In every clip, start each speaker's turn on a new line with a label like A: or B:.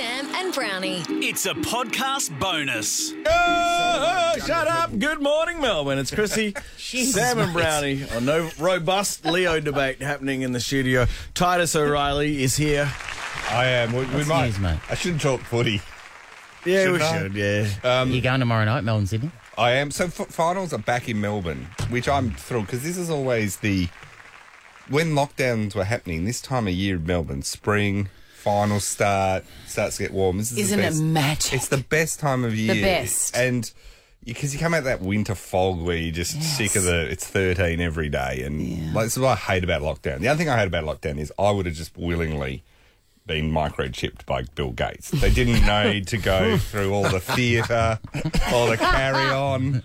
A: and Brownie.
B: It's a podcast bonus.
C: Oh, shut up. Good morning, Melbourne. It's Chrissy, Sam and Brownie. A no robust Leo debate happening in the studio. Titus O'Reilly is here.
D: I am. We, we might.
E: news, mate?
D: I shouldn't talk footy.
C: Yeah,
D: Should
C: we
D: I?
C: should, yeah.
E: You're going tomorrow night, Melbourne, Sydney.
D: I am. So f- finals are back in Melbourne, which I'm thrilled because this is always the when lockdowns were happening this time of year in Melbourne, spring final start starts to get warm. This is
F: Isn't
D: the
F: it
D: best.
F: magic?
D: It's the best time of year.
F: best.
D: and. Because you come out that winter fog where you're just sick of the, it's 13 every day. And like, this is what I hate about lockdown. The other thing I hate about lockdown is I would have just willingly been microchipped by Bill Gates. They didn't need to go through all the theatre, all the carry on.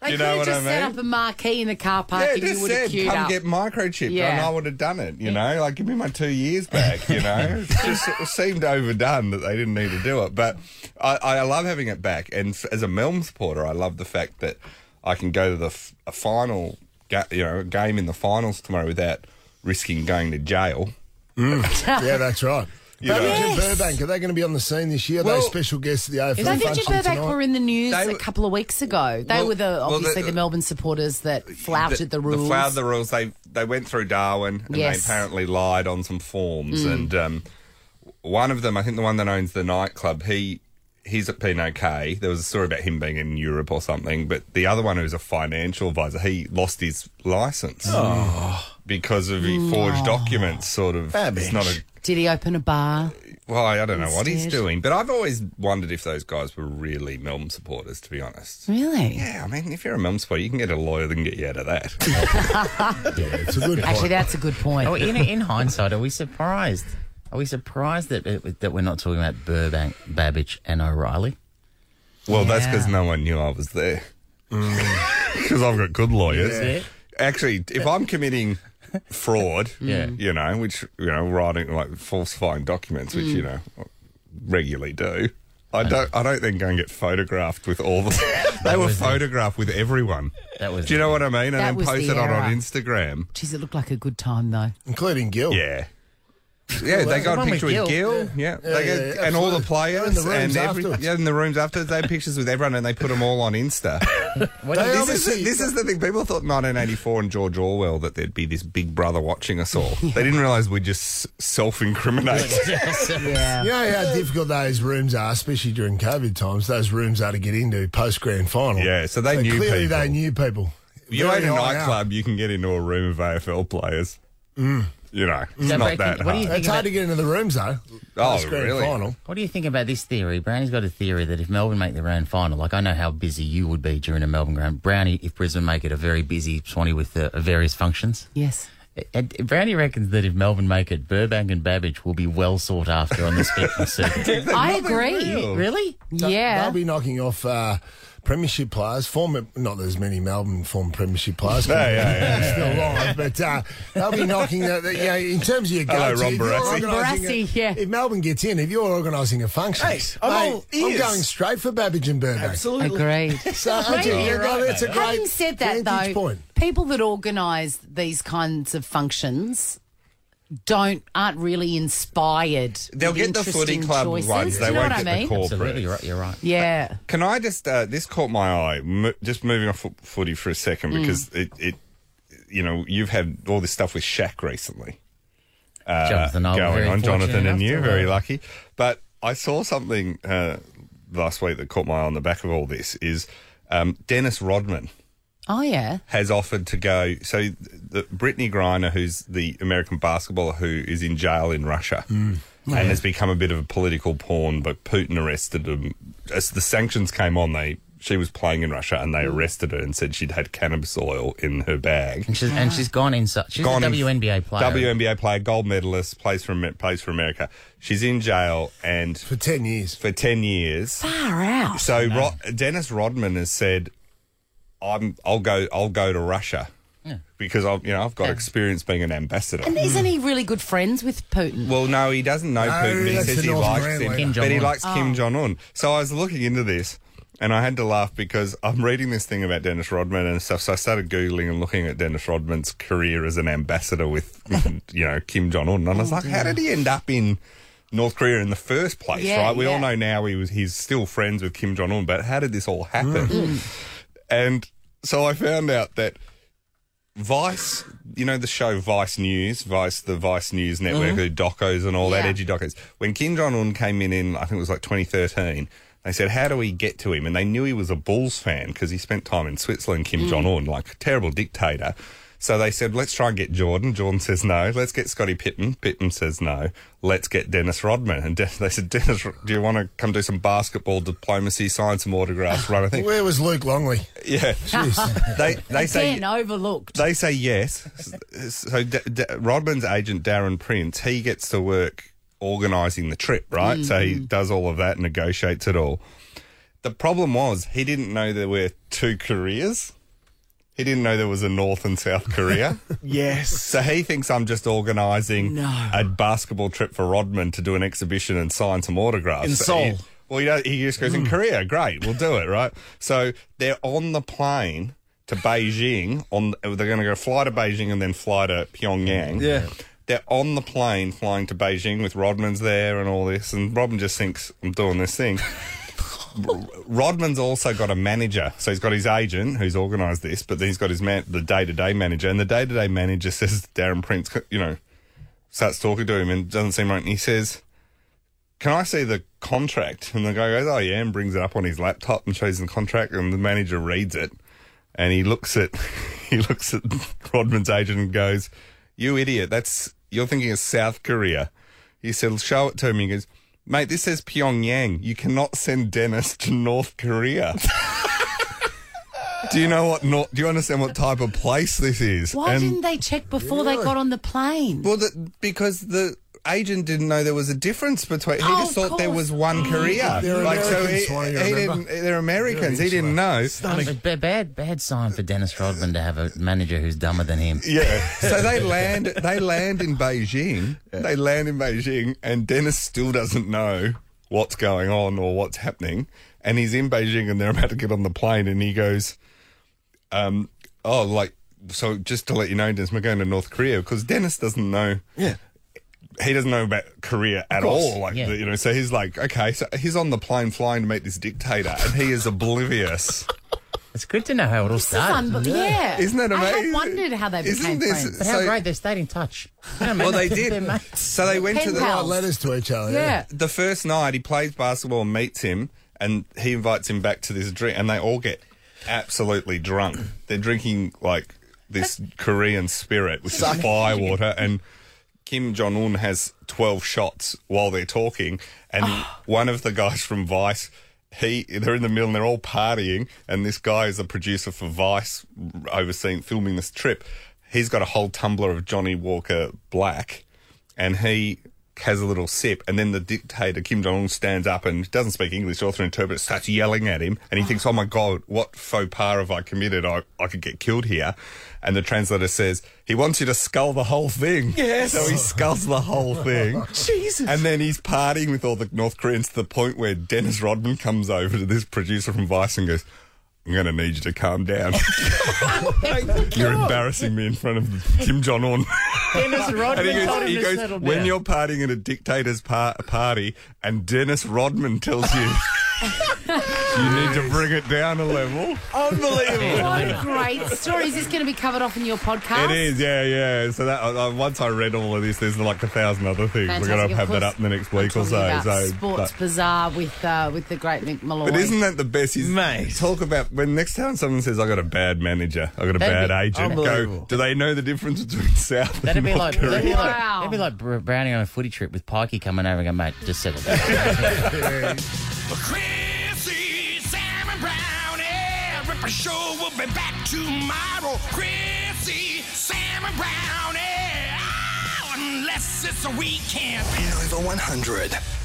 F: They
D: you
F: could
D: know
F: have
D: what
F: just
D: I
F: set
D: mean?
F: up a marquee in the car park
D: Yeah,
F: and you
D: just
F: would have
D: said,
F: queued
D: come
F: up.
D: get microchipped, and
F: Yeah.
D: I would have done it. You know, like give me my two years back. You know, it just it seemed overdone that they didn't need to do it. But I, I love having it back, and f- as a Melm supporter, I love the fact that I can go to the f- a final, ga- you know, a game in the finals tomorrow without risking going to jail.
G: Yeah, that's right.
D: You
G: Barry Jim
D: know.
G: Burbank, are they going to be on the scene this year?
D: Well-
G: Those special guests at the AFL
F: David
G: function
F: Jim Burbank
G: tonight?
F: were in the news
D: They were-
F: a couple of weeks ago. They
D: Well-
F: were the
D: well, the-
F: obviously the Melbourne supporters that flouted the, rules.
D: flouted the rules. They they went through Darwin and
F: Yes. Mm.
D: they apparently lied on some forms. And um, one of them, I think the one that owns the nightclub, he he's been okay. There was a story about him being in Europe or something. But the other one, who's a financial advisor, he lost his license because of
F: Mm.
D: he forged documents. Sort of. It's not a
F: Did he open a bar?
D: well, I don't know what he's
F: Instead.
D: doing. But I've always wondered if those guys were really Melbourne supporters. To be honest.
F: Really?
D: Yeah, I mean, if you're a Melbourne supporter, you can get a lawyer that can get you out of that.
G: Yeah, it's a good point.
F: Actually, that's a good point.
E: Oh, in, in hindsight, are we surprised? Are we surprised that it, that we're not talking about Burbank, Babbage, and O'Reilly?
D: Well, that's
F: Yeah.
D: because no one knew I was there. Because I've got good lawyers.
E: Yeah.
D: Actually, if I'm committing fraud,
E: Yeah.
D: you know, which you know, writing like falsifying documents, which you know, regularly do. I don't. I don't then go and get photographed with all the. they were
E: was the-
D: photographed with everyone.
E: That was
D: Do you know what I mean? And
F: That
D: then
F: was the
D: post it on, on
F: era.
D: Instagram.
F: Jeez, it looked like a good time though.
G: Including Gil.
D: Yeah. Yeah, they got
E: one
D: a
E: with
D: picture with
E: Gil.
D: Gil. Yeah,
G: Yeah,
D: they
G: yeah,
D: got,
G: yeah,
D: and all the
G: absolutely.
D: players
G: And the rooms
D: and every,
G: afterwards.
D: yeah, in the rooms afterwards. They had pictures with everyone, and they put them all on Insta.
E: What
G: They
E: did-
D: This is,
G: obviously-
D: this is the thing. People thought 1984 and George Orwell that there'd be this big brother watching us all. They didn't realise we'd just self incriminate.
F: Yeah.
G: You know how difficult those rooms are, especially during COVID times. Those rooms are to get into post grand final.
D: Yeah, so they knew
G: clearly
D: people.
G: they knew people.
D: you own
G: Very
D: a
G: high up.
D: nightclub, you can get into a room of AFL players. You know, it's
E: Don't
D: not
E: break
D: that
E: it. What do you
D: hard.
G: It's hard to get into the rooms though.
D: Oh,
G: Post grand
D: really?
G: final.
E: what do you think about this theory? Brownie's got a theory that if Melbourne make their own final, like I know how busy you would be during a Melbourne grand. Brownie, if Brisbane make it a very busy 20 with the various functions.
F: Yes.
E: And Brownie reckons that if Melbourne make it, Burbank and Babbage will be well sought after on the spectrum circuit.
F: I agree.
D: real.
E: really?
F: Yeah.
G: They'll be knocking off uh, premiership players, former not there's many Melbourne former premiership players.
D: No, yeah, yeah, yeah,
G: still alive, but uh, they'll be knocking that. that, you know, in terms of your
D: Hello,
G: go-to,
D: Ron
G: if you're
D: Barassi.
G: organising a-
F: Barassi, yeah.
G: If Melbourne gets in, if you're organising a function,
C: Hey, I'm
G: mate,
C: all
G: I'm
C: ears.
G: going straight for Babbage and Burbank.
C: Absolutely.
F: Agreed.
G: So I think you know, it's a great
F: Having said that,
G: vantage
F: though,
G: point.
F: people that organise these kinds of functions don't aren't really inspired.
D: They'll
F: with
D: get the footy
F: interesting
D: club
F: choices.
D: ones.
F: Do
D: They
F: you know
D: won't
F: what I
D: get
F: mean?
D: the corporate.
E: Absolutely, you're right. You're right.
F: Yeah.
D: Can I just? Uh, this caught my eye. M- just moving off fo- footy for a second
E: Mm.
D: because it, it, you know, you've had all this stuff with Shaq recently. Uh,
E: Jonathan Noel,
D: going
E: very
D: on, Jonathan
E: fortunate
D: and
E: enough
D: you,
E: to,
D: very
E: uh,
D: lucky. But I saw something uh, last week that caught my eye on the back of all this is um, Dennis Rodman
F: Oh yeah.
D: has offered to go. So the, Brittany Griner, who's the American basketballer who is in jail in Russia
E: Mm.
D: and has become a bit of a political pawn, but Putin arrested him as the sanctions came on. They she was playing in Russia and they arrested her and said she'd had cannabis oil in her bag.
E: And Mm. she's, and she's gone inside. She's
D: Gone
E: a
D: in-
E: WNBA player.
D: WNBA player, gold medalist, plays for Amer- plays for America. She's in jail and
G: for ten years.
D: for ten years.
F: Far out.
D: So Ro- Dennis Rodman has said, "I'm. I'll go. I'll go to Russia because I've. You know, I've got experience being an ambassador."
F: And isn't he really good friends with Putin?
D: well, no, he doesn't know Putin. He
G: that's
D: says
G: the
D: he
G: North
D: likes
G: Korean
D: him,
G: way.
E: Kim
D: but he
E: Jong-un.
D: likes Kim Jong Un. So I was looking into this, and I had to laugh because I'm reading this thing about Dennis Rodman and stuff. So I started googling and looking at Dennis Rodman's
G: Oh,
D: career as an ambassador with, you know, Kim Jong Un, and I was like, how did he end up in? North Korea in the first place,
F: Yeah,
D: right? We all
F: yeah.
D: know now he was he's still friends with Kim Jong Un, but how did this all happen?
G: Mm.
D: And so I found out that Vice, you know the show Vice News, Vice the Vice News Network, the docos and all that
F: Yeah.
D: edgy docos. When Kim Jong Un came in in I think it was like 2013, they said how do we get to him? And they knew he was a Bulls fan because he spent time in Switzerland. Kim Jong Un, like a terrible dictator. So they said, let's try and get Jordan. Jordan says no. Let's get Scotty Pippen. Pippen says no. Let's get Dennis Rodman. And De- they said, Dennis, do you want to come do some basketball diplomacy, sign some autographs, run a thing?
G: Where was Luke Longley?
D: Yeah. they they say
F: Again, overlooked.
D: they say yes. So D- D- Rodman's agent Darren Prince, he gets to work organising the trip, right? So he does all of that, negotiates it all. The problem was he didn't know there were two Koreas. He didn't know there was a North and South Korea.
C: Yes.
D: so he thinks I'm just organising a basketball trip for Rodman to do an exhibition and sign some autographs.
C: In
D: So he-
C: Seoul. Mm.
D: well, he, does, he just goes, in Korea, great, we'll do it, right? So they're on the plane to Beijing. On They're going to go fly to Beijing and then fly to Pyongyang.
C: Yeah.
D: They're on the plane flying to Beijing with Rodman's there and all this. And Rodman just thinks, I'm doing this thing. Rodman's also got a manager. So he's got his agent who's organised this, but then he's got his man, the day to day manager. And the day to day manager says, Darren Prince, you know, starts talking to him and doesn't seem right. And he says, Can I see the contract? And the guy goes, Oh, yeah, and brings it up on his laptop and shows him the contract. And the manager reads it and he looks at he looks at Rodman's agent and goes, "You idiot! That's you're thinking of South Korea." He said, "Show it to me." He goes, "Mate, this says Pyongyang. You cannot send Dennis to North Korea." do you know what? Nor- do you understand what type of place this is?
F: Why
D: And-
F: didn't they check before they got on the plane?
D: well, the, because the agent didn't know there was a difference between. He
F: Oh,
D: just thought
F: of
D: there
F: course.
D: was one Korea.
G: They're Americans,
D: he,
G: why, you
D: he
G: remember?
D: didn't. They're Americans. He
G: Americans,
D: didn't know.
E: A ba- bad, bad sign for Dennis Rodman to have a manager who's dumber than him.
D: Yeah. So they land. They land in Beijing. They land in Beijing, and Dennis still doesn't know what's going on or what's happening. And he's in Beijing, and they're about to get on the plane, and he goes, um, "Oh, like so." Just to let you know, Dennis, we're going to North Korea because Dennis doesn't know.
C: Yeah.
D: He doesn't know about Korea at
C: course.
D: all, like
E: Yeah.
D: the- you know. So he's like, okay, so he's on the plane flying to meet this dictator, and he is oblivious.
E: It's good to know how it all
F: This is
E: started.
F: unbe- yeah.
D: Isn't that
F: I
D: amazing?
F: have wondered how they
D: Isn't
F: became
D: this-
F: friends.
E: But how
D: So-
E: great they stayed in touch. You know what I mean?
D: Well, they
E: They're- they're
D: did.
E: mates.
D: So they went
F: Pen
D: to the
F: pals.
G: Letters to each other.
F: Yeah.
D: the first night he plays basketball and meets him and he invites him back to this drink and they all get absolutely drunk they're drinking like this korean spirit which is fire water and kim jong-un has 12 shots while they're talking and one of the guys from vice he they're in the middle and they're all partying and this guy is a producer for vice overseeing filming this trip he's got a whole tumbler of johnny walker black and he has a little sip, and then the dictator Kim Jong Un stands up and doesn't speak English or through interpreter starts yelling at him, and he thinks, "Oh my god, what faux pas have I committed? I, I could get killed here." And the translator says he wants you to skull the whole thing.
C: Yes.
D: so he skulls the whole thing.
C: Jesus.
D: And then he's partying with all the North Koreans to the point where Dennis Rodman comes over to this producer from Vice and goes, I'm going to need you to calm down. You're embarrassing me in front of Kim Jong Un.
E: Dennis Rodman
D: And he goes,
E: told him
D: he
E: to
D: goes,
E: settle
D: when
E: down."
D: you're partying at a dictator's par- party and Dennis Rodman tells you, you need to bring it down a level.
C: Unbelievable.
F: What a great story. Is this going to be covered off in your podcast?
D: It is, yeah, yeah. So that uh, uh, once I read all of this, there's like a thousand other things. We're going
F: Fantastic.
D: to
F: Of
D: have that
F: course,
D: up in the next week or
F: Talking
D: so.
F: about
D: so
F: Sports
D: but-
F: Bazaar with, uh, with the great Mick Malloy.
D: But isn't that the best? Is
C: Mate.
D: Talk about when next time someone says, "I got a bad manager, I got a
E: That'd
D: bad
E: be
D: agent." Go.
C: unbelievable.
D: Do they know the difference between South
E: That'd
D: and
E: be
D: North
E: like,
D: Korea?
E: that'd be like,
F: Wow.
E: that'd be like Br- Browning on a footy trip with Pikey coming over and going, mate, just settle down.
B: Chrissy, Sam and Brownie. Ripper Show will be back tomorrow. Chrissy, Sam and Brownie. Oh, unless it's a weekend.
A: Nova 100.